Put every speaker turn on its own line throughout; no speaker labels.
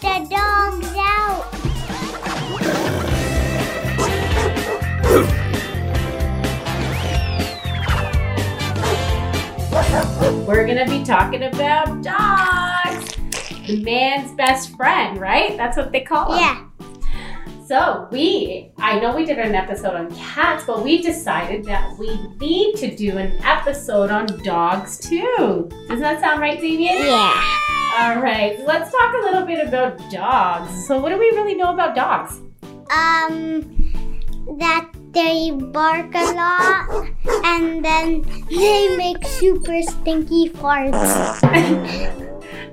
the dogs out.
We're gonna be talking about dogs. The man's best friend, right? That's what they call them.
Yeah.
So we, I know we did an episode on cats, but we decided that we need to do an episode on dogs too. Does that sound right, Damien?
Yeah.
All right, so let's talk a little bit about dogs. So, what do we really know about dogs?
Um, that they bark a lot and then they make super stinky farts.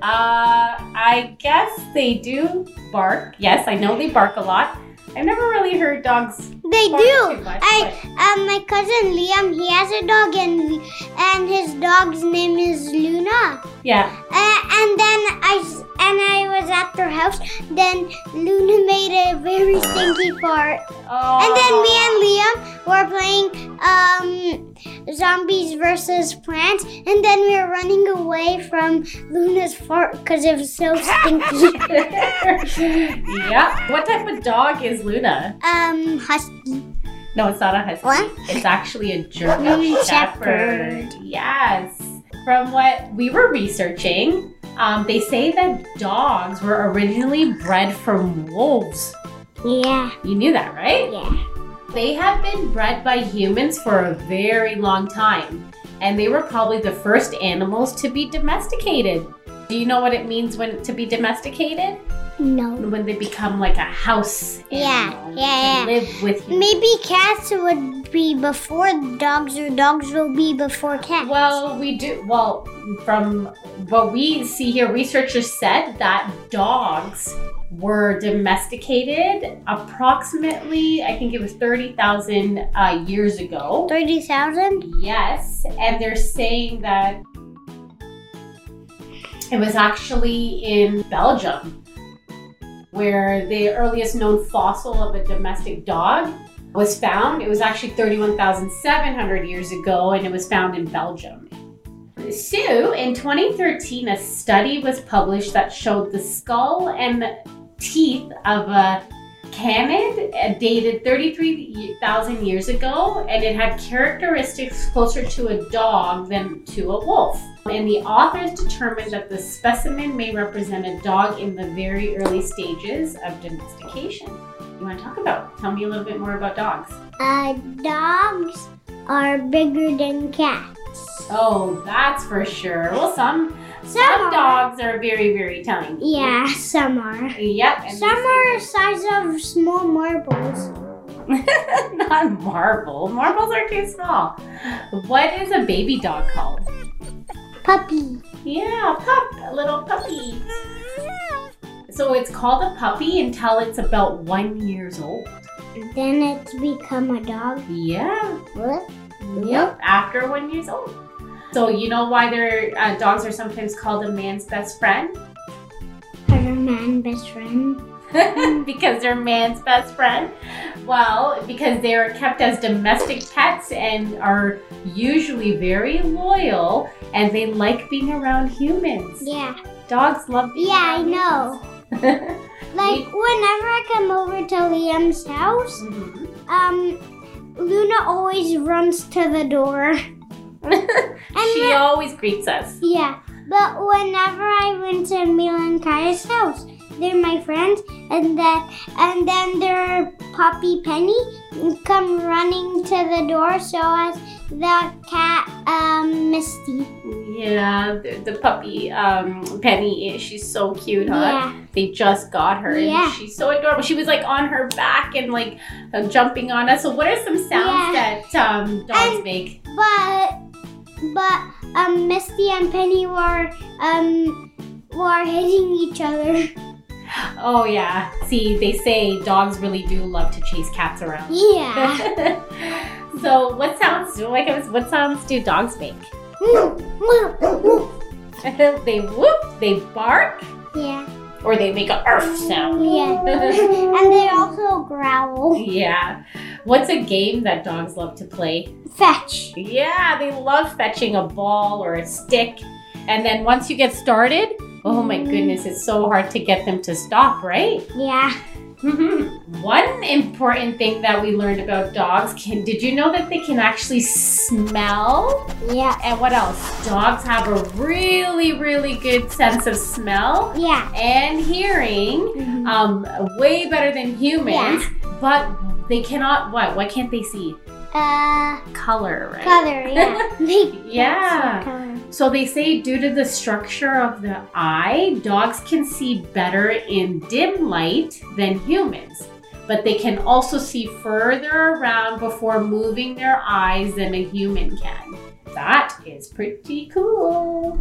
uh, I guess they do bark. Yes, I know they bark a lot. I've never really heard dogs
They
bark
do.
too much.
I um my cousin Liam he has a dog and and his dog's name is Luna.
but- yeah,
Uh, and then I s- and I was at their house. Then Luna made a very stinky fart.
oh,
And then me and Liam were playing um, zombies versus plants, and then we were running away from Luna's fart because it was so stinky.
yeah. What type of dog is Luna?
um, husky.
No, it's not a husky.
What?
It's actually a German
German
Shepherd. Yes. From what we were researching, um, they say that dogs were originally bred from wolves.
Yeah,
You knew that, right?
yeah.
They have been bred by humans for a very long time, and they were probably the first animals to be domesticated. Do you know what it means when to be domesticated?
No.
When they become like a house
Yeah,
animal,
yeah,
they live with you.
Maybe cats would be before dogs, or dogs will be before cats.
Well, we do. Well, from what we see here, researchers said that dogs were domesticated approximately, I think it was 30,000 uh, years ago.
30,000?
Yes, and they're saying that it was actually in Belgium where the earliest known fossil of a domestic dog was found. It was actually 31,700 years ago and it was found in Belgium. So, in 2013, a study was published that showed the skull and teeth of a canid uh, dated 33,000 years ago, and it had characteristics closer to a dog than to a wolf. And the authors determined that the specimen may represent a dog in the very early stages of domestication. You want to talk about? Tell me a little bit more about dogs.
Uh, dogs are bigger than cats.
Oh, that's for sure. Well, some
Some
some dogs are very very tiny.
Yeah, some are.
Yep. and
Some are size of small marbles.
Not marble. Marbles are too small. What is a baby dog called?
Puppy.
Yeah, pup, a little puppy. So it's called a puppy until it's about one years old.
Then it's become a dog.
Yeah.
What?
Yep. After one years old. So you know why their uh, dogs are sometimes called a man's best friend
Her man best friend.
because they're man's best friend. Well, because they are kept as domestic pets and are usually very loyal, and they like being around humans.
Yeah.
Dogs love being
Yeah, I
around
know.
humans.
Like whenever I come over to Liam's house,
Mhm.
um, Luna always runs to the door. And
she
the-
always greets us.
yeah. But whenever I went to Mila and Kaya's house, they're my friends, and then and then their puppy Penny come running to the door. So as the cat, um, Misty.
Yeah, the, the puppy um, Penny is. She's so cute, huh?
Yeah.
They just got her, and
Yeah.
she's so adorable. She was like on her back and like uh, jumping on us. So, what are some sounds
Yeah.
that um, dogs
And-
make?
But but um Misty and Penny were um were hitting each other.
Oh yeah. See, they say dogs really do love to chase cats around.
Yeah.
so, what sounds? Like, I was- what sounds do dogs make? they whoop, they bark,
yeah.
or they make a arf sound.
Yeah. and they also growl.
Yeah. What's a game that dogs love to play?
Fetch.
Yeah, they love fetching a ball or a stick. And then once you get started, Oh my goodness, it's so hard to get them to stop, right?
Yeah.
Mhm. One important thing that we learned about dogs can did you know that they can actually smell?
Yeah.
And what else? Dogs have a really, really good sense of smell
Yeah.
and hearing,
Mhm.
um, way better than humans. But they cannot what? Why can't they see?
Uh,
Color, right?
color. Yeah. They can't see
Yeah.
color.
So they say due to the structure of the eye, dogs can see better in dim light than humans. But they can also see further around before moving their eyes than a human can. That is pretty cool.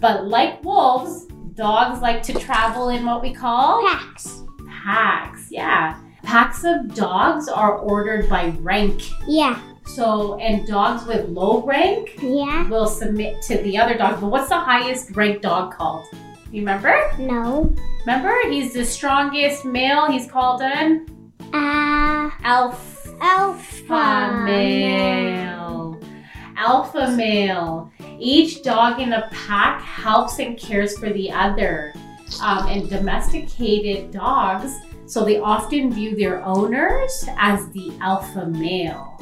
But like wolves, dogs like to travel in what we call
Packs.
packs. Yeah. Packs of dogs are ordered by rank.
Yeah.
So, and dogs with low rank
Yeah.
will submit to the other dog. But what's the highest ranked dog called? You remember?
No.
Remember? He's the strongest male. He's called an
Uh,
alpha
alpha
male. Alpha male. Each dog in a pack helps and cares for the other. Um, and domesticated dogs, so they often view their owners as the alpha male.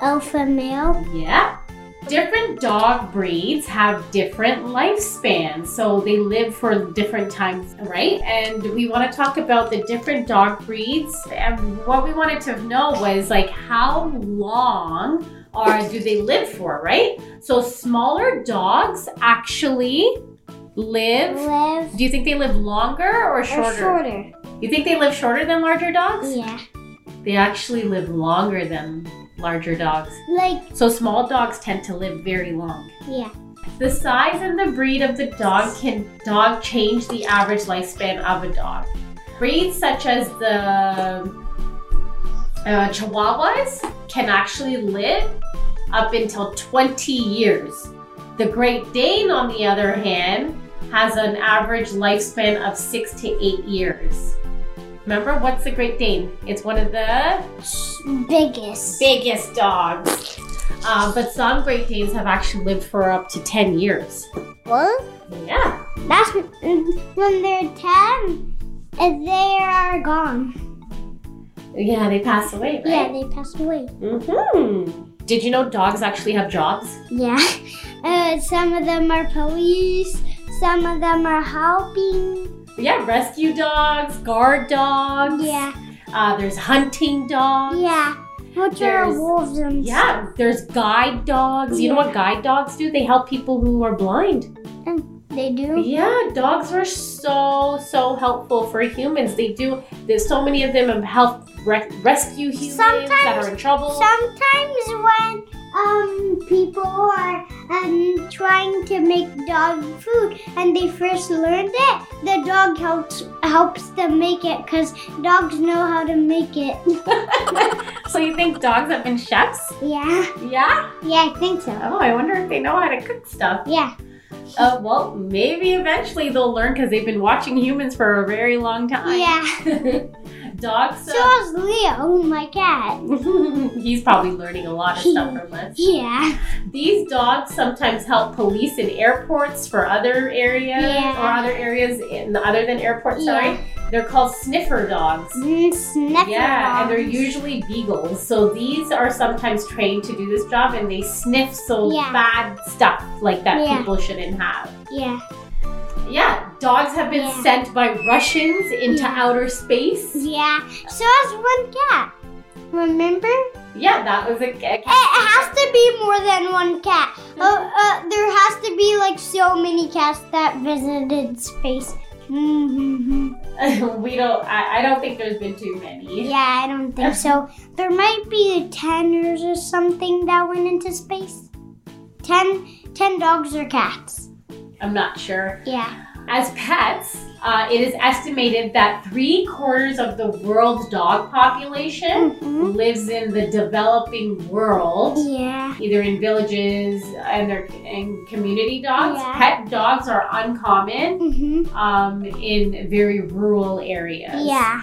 Alpha male.
Yeah. Different dog breeds have different lifespans, so they live for different times, right? And we want to talk about the different dog breeds. And what we wanted to know was like how long are do they live for, right? So smaller dogs actually live.
Live.
Do you think they live longer or
Or
shorter?
shorter.
You think they live shorter than larger dogs?
Yeah.
They actually live longer than larger dogs.
Like,
So small dogs tend to live very long.
yeah.
The size and the breed of the dog can dog change the average lifespan of a dog. Breeds such as the uh, Chihuahuas can actually live up until 20 years. The Great Dane, on the other hand, has an average lifespan of six to eight years. Remember, what's the Great Dane? It's one of the
Biggest.
biggest dogs. Uh, but some Great Danes have actually lived for up to 10 years.
Well,
Yeah.
that's when they're 10, and they are gone.
Yeah, they pass away,
Yeah,
right?
they passed away.
Mm-hmm. Did you know dogs actually have jobs?
Yeah. Uh, some of them are police, some of them are helping.
Yeah, rescue dogs, guard dogs.
Yeah,
Uh, there's hunting dogs.
yeah. Which are
There's-
wolves and
Yeah, there's guide dogs. You know what guide dogs do? They help people who are blind.
They
Mm-hmm.
do?
Yeah, dogs are so, so helpful for humans. They do, there's so many of them have helped re- rescue humans that
Sometimes-
are in trouble.
Sometimes when um people are um trying to make dog food and they first learned it, the dog helps helps them make it because dogs know how to make it.
So you think dogs have been chefs?
Yeah.
Yeah.
Yeah, I think so.
Oh, I wonder if they know how to cook stuff.
Yeah.
Uh, well, maybe eventually they'll learn because they've been watching humans for a very long time.
Yeah.
dogs.
So
Uh,
is Leo, Oh my cat.
he's probably learning a lot of stuff from us.
Yeah.
These dogs sometimes help police in airports for other areas
Yeah.
or other areas in other than airports. Sorry, they're called sniffer dogs.
Mm, sniffer
Yeah, and they're
dogs.
usually beagles. So these are sometimes trained to do this job and they sniff so
Yeah.
bad stuff like that
Yeah.
people shouldn't have.
Yeah.
Yeah, dogs have been
Yeah.
sent by Russians into
Yeah.
outer space.
Yeah. So is one cat. Remember?
Yeah, that was a, a
It has to be more than one cat. Oh, uh, there has to be like so many cats that visited space. hmm
we don't I, I don't think there's been too many.
Yeah, I don't think so. There might be ten or something that went into space. Ten, ten dogs or cats.
I'm not sure.
Yeah.
As pets, uh, it is estimated that three quarters of the world's dog population
hmm
lives in the developing world.
Yeah.
either in villages and their and community dogs.
Yeah.
Pet dogs are uncommon
hmm
um, in very rural areas.
Yeah.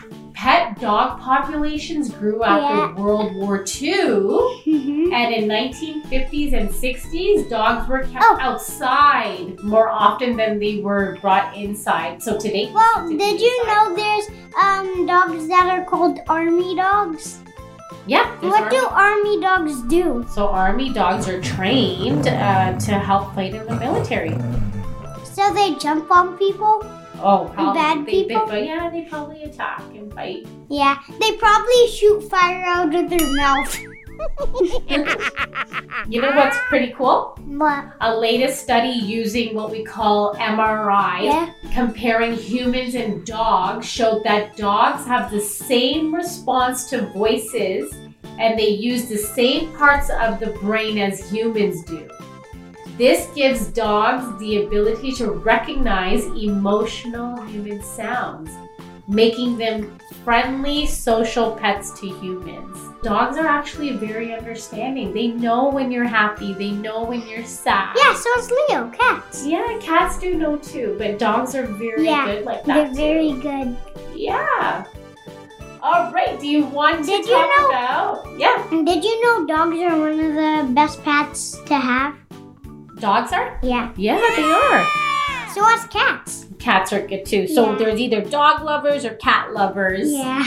pet dog populations grew after World War II.
Mhm.
And in 1950s and 60s, dogs were kept
Oh.
outside more often than they were brought inside. So today,
Well, did you know there's um dogs that are called army dogs?
yeah. there's
What
army-
do army dogs do?
So army dogs are trained uh, to help fight in the military.
So they jump on people?
Oh, probably
Bad
they,
people?
They, but yeah, they probably attack and fight.
Yeah, they probably shoot fire out of their mouth.
You
Ah.
know what's pretty cool?
But
A latest study using what we call MRI,
yeah,
comparing humans and dogs, showed that dogs have the same response to voices and they use the same parts of the brain as humans do. This gives dogs the ability to recognize emotional human sounds, making them friendly social pets to humans. Dogs are actually very understanding. They know when you're happy, they know when you're sad.
yeah, so it's Leo, cats.
Yeah, cats do know too, but dogs are very
Yeah,
good like
They're
that.
very
too.
good.
Yeah. All right. Do you want to
Did
talk
you know-
about? Yeah,
And did you know dogs are one of the best pets to have?
dogs are.
Yeah.
Yeah, they are.
So us cats.
Cats are good too. So
Yeah.
there's either dog lovers or cat lovers.
Yeah,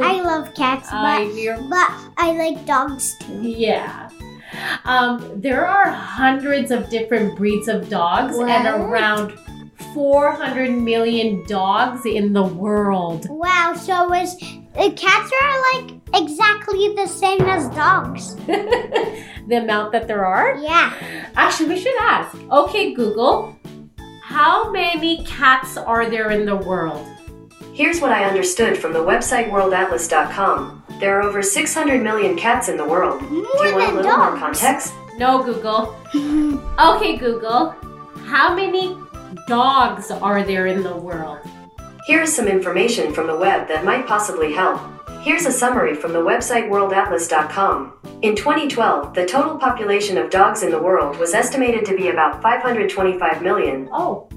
I love cats,
I-
but
you're-
but I like dogs too.
yeah. Um, there are hundreds of different breeds of dogs and
What?
around 400 million dogs in the world.
Wow, so is uh, cats are like exactly the same as dogs.
the amount that there are.
Yeah.
Actually, we should ask. Okay, Google, how many cats are there in the world?
Here's what I understood from the website worldatlas.com. There are over 600 million cats in the world. Do
More
you want a
than
little more
dogs.
context?
No, Google. Okay, Google, how many dogs are there in the world?
Here is some information from the web that might possibly help. Here's a summary from the website worldatlas.com. In 2012, the total population of dogs in the world was estimated to be about 525 million.
Oh,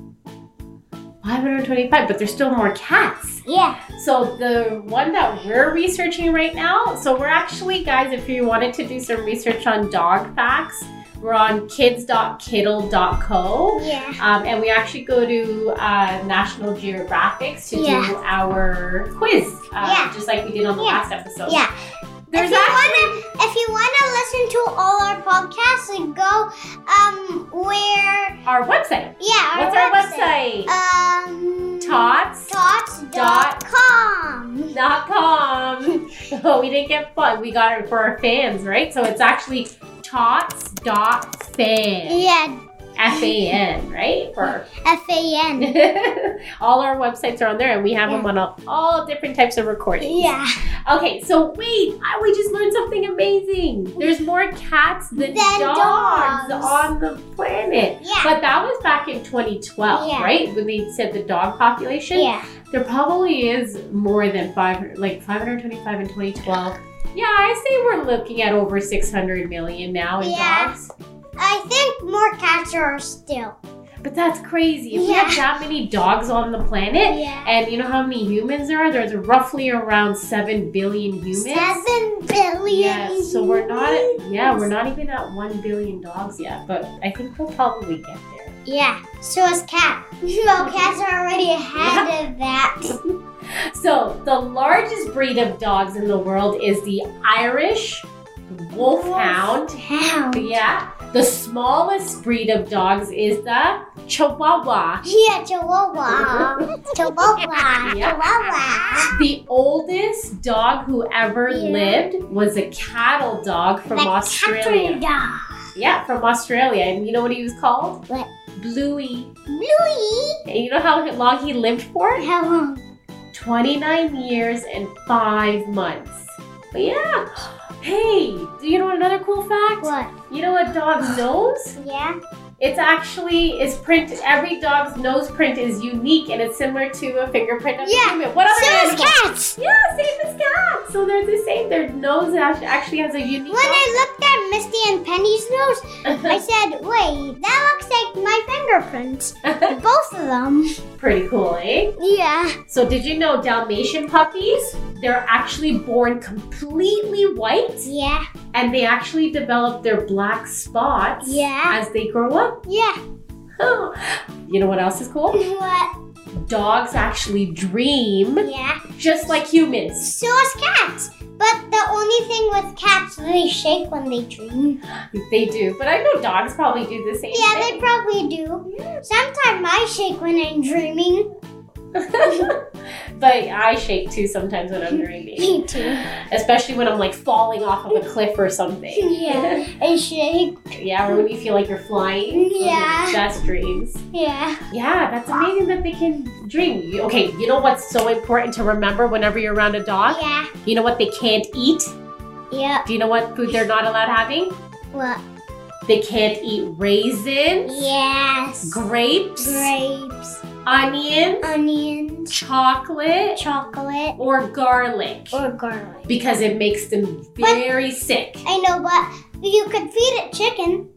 525, but there's still more cats.
yeah.
So the one that we're researching right now, so we're actually, guys, if you wanted to do some research on dog facts, we're on kids.kittle.co.
Yeah.
Um, and we actually go to uh, National Geographics to do
Yeah.
our quiz, uh,
Yeah.
just like we did on the
Yeah.
last episode.
Yeah.
There's
if you
actually
wanna if you wanna listen to all our podcasts and go um where
our website.
yeah, our
What's
website. Uh,
our
Um
website? Tots.
tots dot com.
Dot com. Oh, we didn't get fun. We got it for our fans, right? So it's actually tots dot fan.
Yeah,
F A N, right? For
F A N.
all our websites are on there, and we have
Yeah.
them on all- all different types of recordings.
Yeah.
Okay, so wait, I, we just learned something amazing. There's more cats than,
Than
dogs,
dogs.
on the planet.
Yeah.
But that was back in 2012,
Yeah.
right? When they said the dog population.
Yeah.
There probably is more than 500, like 525 in 2012. Yeah, I say we're looking at over 600 million now in
Yeah.
dogs.
I think more cats are still.
But that's crazy. If we have
Yeah.
that many dogs on the planet,
Yeah.
and you know how many humans there are? There's roughly around 7 billion humans.
Seven billion.
Yeah, so we're not yeah, we're not even at one billion dogs yet, but I think we'll probably get there.
Yeah, so is cat. Well, cats are already ahead of that.
So the largest breed of dogs in the world is the Irish Wolfhound.
Hound.
Yeah. The smallest breed of dogs is the Chihuahua.
Yeah, Chihuahua. Chihuahua.
Yeah.
Chihuahua.
The oldest dog who ever
Yeah.
lived was a cattle dog from
the
Australia.
Cattle dog.
Yeah, from Australia. And you know what he was called?
What?
Bluey.
Bluey.
And you know how long he lived for?
How long?
29 years and 5 months. But yeah. Hey, do you know another cool fact?
What?
You know what dog's nose?
Yeah.
It's actually is print every dog's nose print is unique and it's similar to a fingerprint of a
Yeah,
human. What other
So is
animal?
cats.
Yeah, same as cats. So they're the same. Their nose act- actually has a unique
When I looked at Misty and Penny's nose, I said, wait, that looks like my fingerprints. Both of them.
Pretty cool, eh?
Yeah.
So, did you know Dalmatian puppies? They're actually born completely white
Yeah.
and they actually develop their black spots
Yeah.
as they grow up.
Yeah.
you know what else is cool?
What?
Dogs actually dream
Yeah.
just like humans.
So is cats. But the only thing with cats, they shake when they dream.
They do, but I know dogs probably do the same
Yeah, they
thing.
probably do. Sometimes I shake when I'm dreaming.
but I shake too sometimes when I'm dreaming,
Me too.
especially when I'm like falling off of a cliff or something.
Yeah. I shake.
Yeah, or when you feel like you're flying. Those are
Yeah.
the Best dreams.
Yeah.
Yeah, that's amazing that they can dream. You- Okay, you know what's so important to remember whenever you're around a dog?
Yeah.
You know what they can't eat?
Yep.
Do you know what food they're not allowed having?
What?
They can't eat raisins,
Yes.
grapes,
Grapes,
onions,
onions,
chocolate,
chocolate,
or garlic.
or garlic.
because it makes them
But-
very sick.
I know, but you could feed it chicken.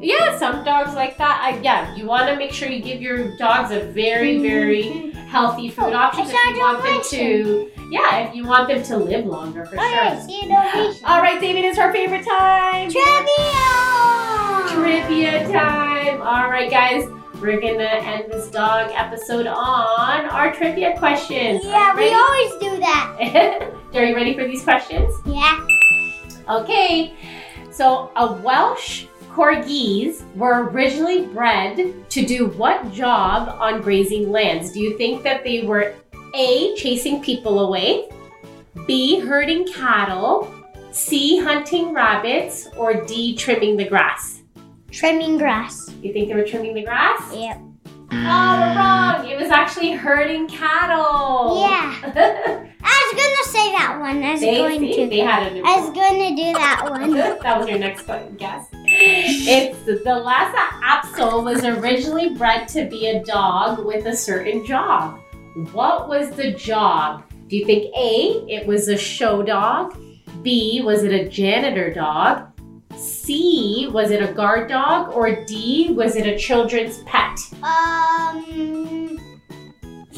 Yeah, some dogs like that. I, yeah, you want to make sure you give your dogs a very, very
Mhm.
healthy food
Oh,
options
I
if
saw
you want them to.
Dalmatian.
Yeah, if you want them to live longer for
All right,
sure.
see you Dalmatian.
All right, David, it's our favorite time.
Trivia!
Trivia time. All right, guys, we're gonna end this dog episode on our trivia questions.
Yeah, we
Ready?
always do that.
Are you ready for these questions?
Yeah.
Okay, so a Welsh corgis were originally bred to do what job on grazing lands? Do you think that they were A, chasing people away, B, herding cattle, C, hunting rabbits, or D, trimming the grass?
Trimming grass.
You think they were trimming the grass?
Yep.
Oh, we're wrong. It was actually herding cattle.
Oh. Yeah. I was gonna say that one. I was
they,
going
see,
to.
they had a new
I was gonna do that one.
that was your next question, guess. It's the Lhasa Apso was originally bred to be a dog with a certain job. What was the job? Do you think A, it was a show dog? B, was it a janitor dog? C, was it a guard dog? Or D, was it a children's pet?
Um,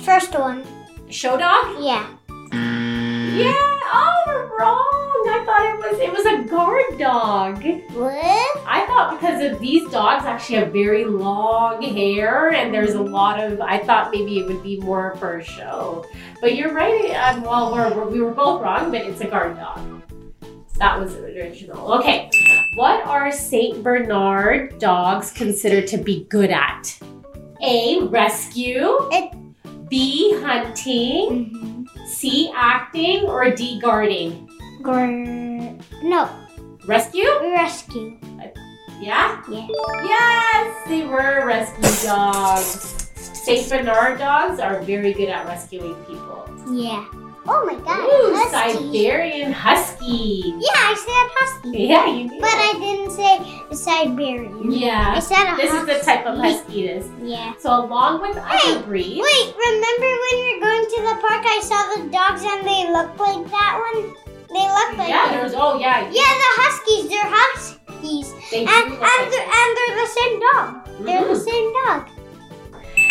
first one.
Show dog?
Yeah.
Yeah, oh, we're wrong. I thought it was it was a guard dog.
With
I thought because of these dogs actually have very long hair and there's a lot of I thought maybe it would be more for a show. But you're right. Um, well, we're, we're, we were both wrong, but it's a guard dog. That was original. Okay. What are Saint Bernard dogs considered to be good at? A. Rescue.
It-
B. Hunting.
Mm-hmm.
C. Acting. Or D. Guarding.
Gr- no
Rescue?
rescue.
Yeah.
Yeah.
Yes, they were rescue dogs. Saint Bernard dogs are very good at rescuing people.
Yeah. Oh my God.
Ooh,
husky.
Siberian Husky.
Yeah, I said husky.
Yeah, you did.
But I didn't say Siberian. I
yeah,
said a
this is
husky.
the type of husky it is.
Yeah.
So along with other
Hey,
breeds,
Wait, remember when we were going to the park? I saw the dogs and they looked like that one. They looked like
yeah, there's oh yeah,
yeah, the huskies. They're huskies,
they do
and and
look like-
they're, and they're the same dog. They're the
Mhm.
same dog.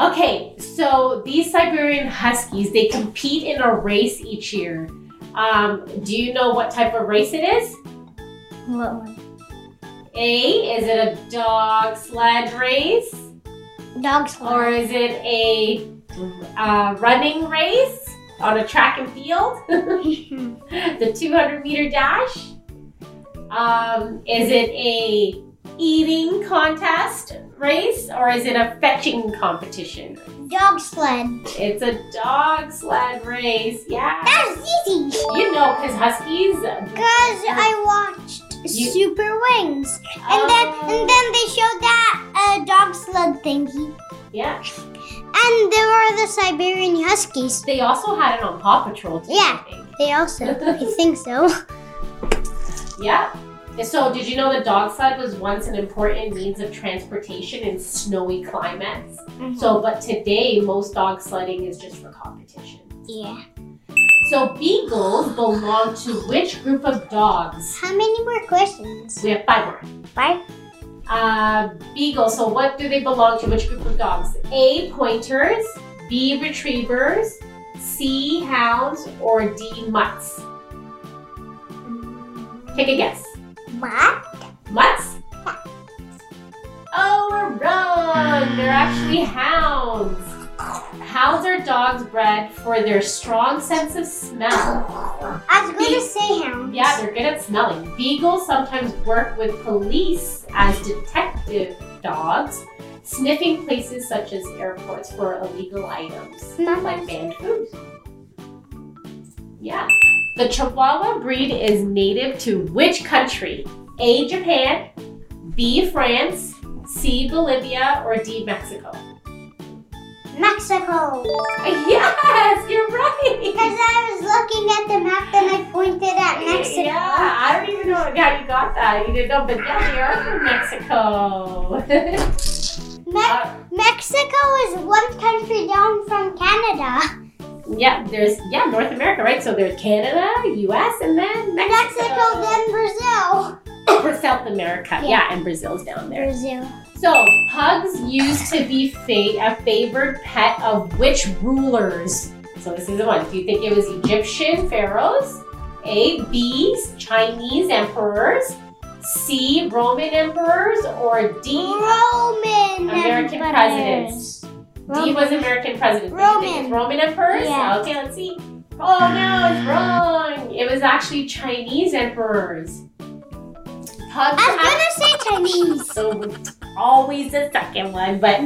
Okay, so these Siberian Huskies they compete in a race each year. Um, do you know what type of race it is?
What one?
A, is it a dog sled race?
Dogs.
Or is it a uh, running race on a track and field? the 200 meter dash? Um, is it a eating contest race or is it a fetching competition?
Dog sled.
It's a dog sled race. Yeah.
That's easy.
You know, because huskies. um, And
Cause I watched
You- Oh.
Super Wings, and then and then they showed that uh, dog sled thingy,
Yeah.
and there were the Siberian Huskies.
They also had it on Paw Patrol too,
Yeah.
I think.
They also, I think so.
Yeah. So, did you know the dog sled was once an important means of transportation in snowy climates?
Mm-hmm.
So, but today most dog sledding is just for competition.
yeah.
So, beagles belong to which group of dogs?
How many more questions?
We have five more.
Five?
Uh, beagle. So what do they belong to? Which group of dogs? A. Pointers. B. Retrievers. C. Hounds. Or D. Mutts. Take a guess.
What?
Mutts? Oh, we're wrong. They're actually hounds. Hounds are dogs bred for their strong sense of smell.
I was going to say hounds.
Yeah, they're good at smelling. Beagles sometimes work with police as detective dogs, sniffing places such as airports for illegal items like
Mama's.
banned food. Yeah. The Chihuahua breed is native to which country? A. Japan, B. France, C. Bolivia, or D. Mexico?
Mexico.
Yes, you're right.
Because I was looking at the map and I pointed at Mexico.
Yeah, I don't even know how you got that. You didn't know, but yeah, they are from Mexico.
Me-
Uh,
Mexico is one country down from Canada.
yeah, there's yeah North America, right? So there's Canada, U.S., and then
Mexico,
Mexico.
then Brazil.
for South America,
Yeah.
yeah, and Brazil's down there.
Brazil.
So pugs used to be fa- a favored pet of which rulers? So this is the one. Do you think it was Egyptian pharaohs? A. B's Chinese emperors. C. Roman emperors or D.
Roman.
American
emperors.
presidents. D was American president. What do you think? It's Roman emperors?
Yeah.
Okay, let's see. Oh no, it's wrong. It was actually Chinese emperors. Pugs
I was
have-
gonna say Chinese.
so it's always the second one, but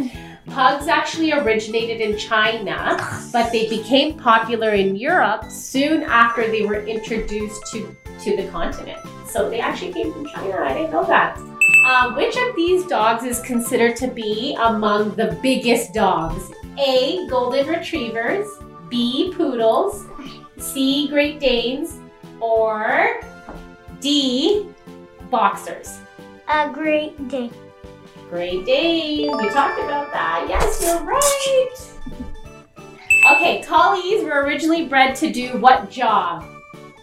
pugs actually originated in China, but they became popular in Europe soon after they were introduced to, to the continent. So they actually came from China. I didn't know that. Um, which of these dogs is considered to be among the biggest dogs? A. Golden Retrievers, B. Poodles, C. Great Danes, or D. Boxers.
A great day.
Great day. We talked about that. Yes, you're right. Okay, collies were originally bred to do what job?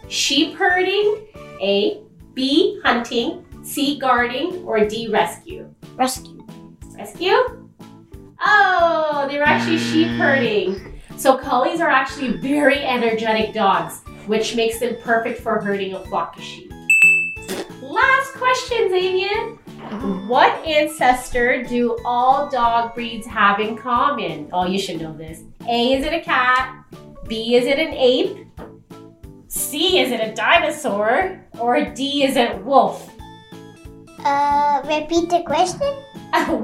Sheep herding, A, B, hunting, C, guarding, or D, rescue.
Rescue.
Rescue? Oh, they were actually sheep herding. So collies are actually very energetic dogs, which makes them perfect for herding a flock of sheep. Last question, Xavier. What ancestor do all dog breeds have in common? Oh, you should know this. A, is it a cat? B, is it an ape? C, is it a dinosaur? Or D, is it wolf?
Uh, repeat the question.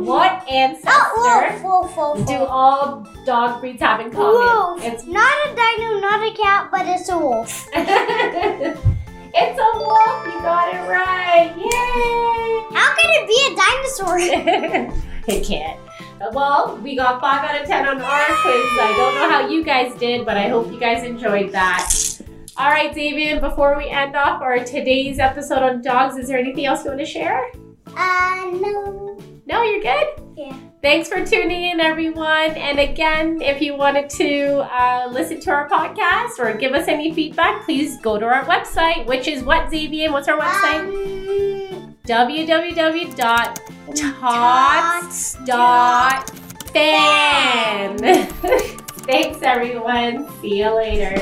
what ancestor?
Oh, wolf, wolf, wolf,
do
wolf.
all dog breeds have in common?
Wolf.
It's
Not a dino, not a cat, but it's a wolf.
it's a wolf. You got it right.
How could it be a dinosaur?
Yay! it can't. Well, we got five out of ten on our quiz. I don't know how you guys did, but I hope you guys enjoyed that. All right, David. Before we end off our today's episode on dogs, is there anything else you want to share?
Uh, no.
No, you're good?
Yeah.
Thanks for tuning in, everyone. And again, if you wanted to uh, listen to our podcast or give us any feedback, please go to our website, which is what, Xavier? What's our website?
Um,
www.tots.fan. Thanks, everyone. See you later.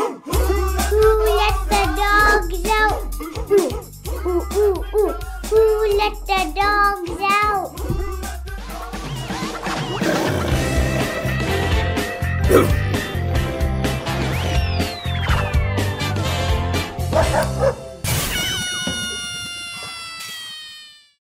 who let the dogs out? Ooh, ooh, ooh, ooh. Who let the dogs out?